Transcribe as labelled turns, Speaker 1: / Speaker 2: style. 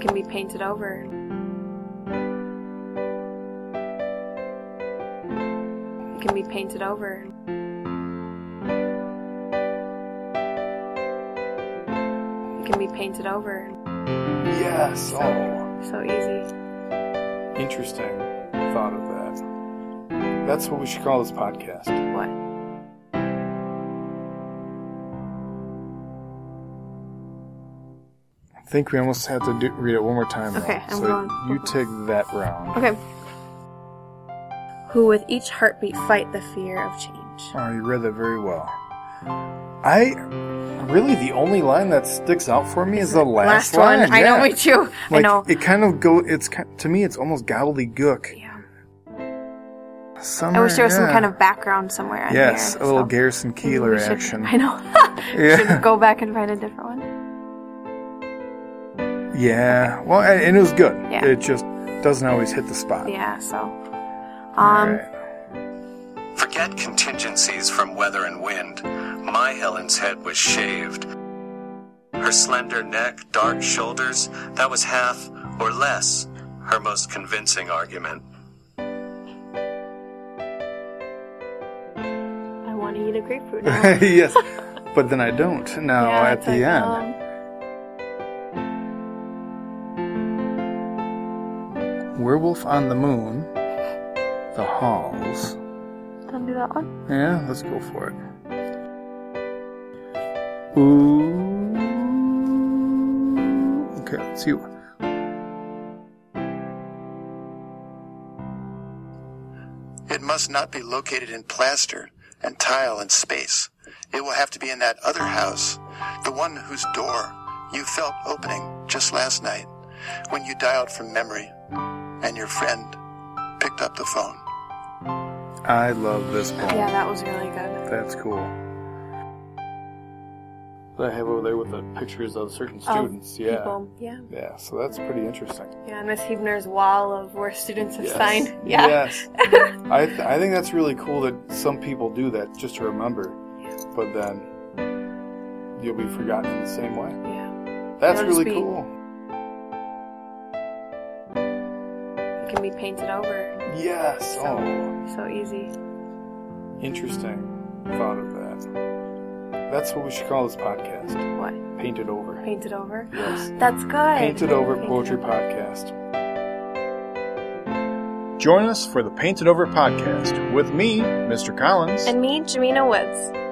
Speaker 1: can be painted over. It can be painted over. It can be painted over.
Speaker 2: Yes. Oh,
Speaker 1: So easy.
Speaker 2: interesting thought of that. That's what we should call this podcast.
Speaker 1: What?
Speaker 2: I think we almost had to do, read it one more time. though.
Speaker 1: Okay, I'm
Speaker 2: so
Speaker 1: going.
Speaker 2: You take that round.
Speaker 1: Okay. Who with each heartbeat fight the fear of change.
Speaker 2: Oh, you read that very well. I really the only line that sticks out for me is the last,
Speaker 1: one.
Speaker 2: line.
Speaker 1: I know
Speaker 2: yeah.
Speaker 1: me too. I
Speaker 2: Like,
Speaker 1: know.
Speaker 2: It kind of go. It's ki- to me, it's almost gobbledygook.
Speaker 1: yeah.
Speaker 2: Summer,
Speaker 1: I wish there was some
Speaker 2: yeah.
Speaker 1: kind of background somewhere. on
Speaker 2: Yes,
Speaker 1: here,
Speaker 2: a little
Speaker 1: so.
Speaker 2: Garrison Keeler
Speaker 1: We should-
Speaker 2: action.
Speaker 1: I know.
Speaker 2: Yeah.
Speaker 1: Should go back and find a different one.
Speaker 2: Yeah. Well, and, and it was good.
Speaker 1: Yeah.
Speaker 2: It just doesn't always hit the spot.
Speaker 1: Yeah. So,
Speaker 2: All
Speaker 1: um,
Speaker 2: right.
Speaker 3: Forget contingencies from weather and wind. My Helen's head was shaved. Her slender neck, dark shoulders, that was half or less her most convincing argument.
Speaker 1: I want to eat a grapefruit. Now.
Speaker 2: yes. But then I don't now
Speaker 1: Yeah,
Speaker 2: at
Speaker 1: it's
Speaker 2: the
Speaker 1: like,
Speaker 2: end.
Speaker 1: um,
Speaker 2: Werewolf on the Moon, The Halls.
Speaker 1: um, don't do that one.
Speaker 2: Yeah, let's go for it. Ooh. Okay, let's see.
Speaker 4: It must not be located in plaster and tile and space. It will have to be in that other house, the one whose door you felt opening just last night when you dialed from memory and your friend picked up the phone.
Speaker 2: I love this poem.
Speaker 1: Yeah, that was really good.
Speaker 2: That's cool. That I have over there with the pictures of certain
Speaker 1: Of
Speaker 2: students. yeah.
Speaker 1: Um, People. Yeah.
Speaker 2: Yeah, so that's pretty interesting.
Speaker 1: Yeah. And Miss Hebner's wall of where students have
Speaker 2: Yes.
Speaker 1: signed. Yeah.
Speaker 2: Yes. I, th- I think that's really cool that some people do that just to remember, but then you'll be forgotten in the same way.
Speaker 1: Yeah.
Speaker 2: That's
Speaker 1: It'll just
Speaker 2: really
Speaker 1: be-
Speaker 2: cool.
Speaker 1: It can be painted over.
Speaker 2: Yes.
Speaker 1: So,
Speaker 2: Oh,
Speaker 1: so easy.
Speaker 2: interesting thought of that. That's what we should call this podcast.
Speaker 1: What?
Speaker 2: Painted over.
Speaker 1: Painted over.
Speaker 2: Yes.
Speaker 1: That's good.
Speaker 2: Painted Over
Speaker 1: Painted
Speaker 2: Poetry Podcast. Join us for the Painted Over Podcast with me, Mr. Collins.
Speaker 1: And me, Jamina Woods.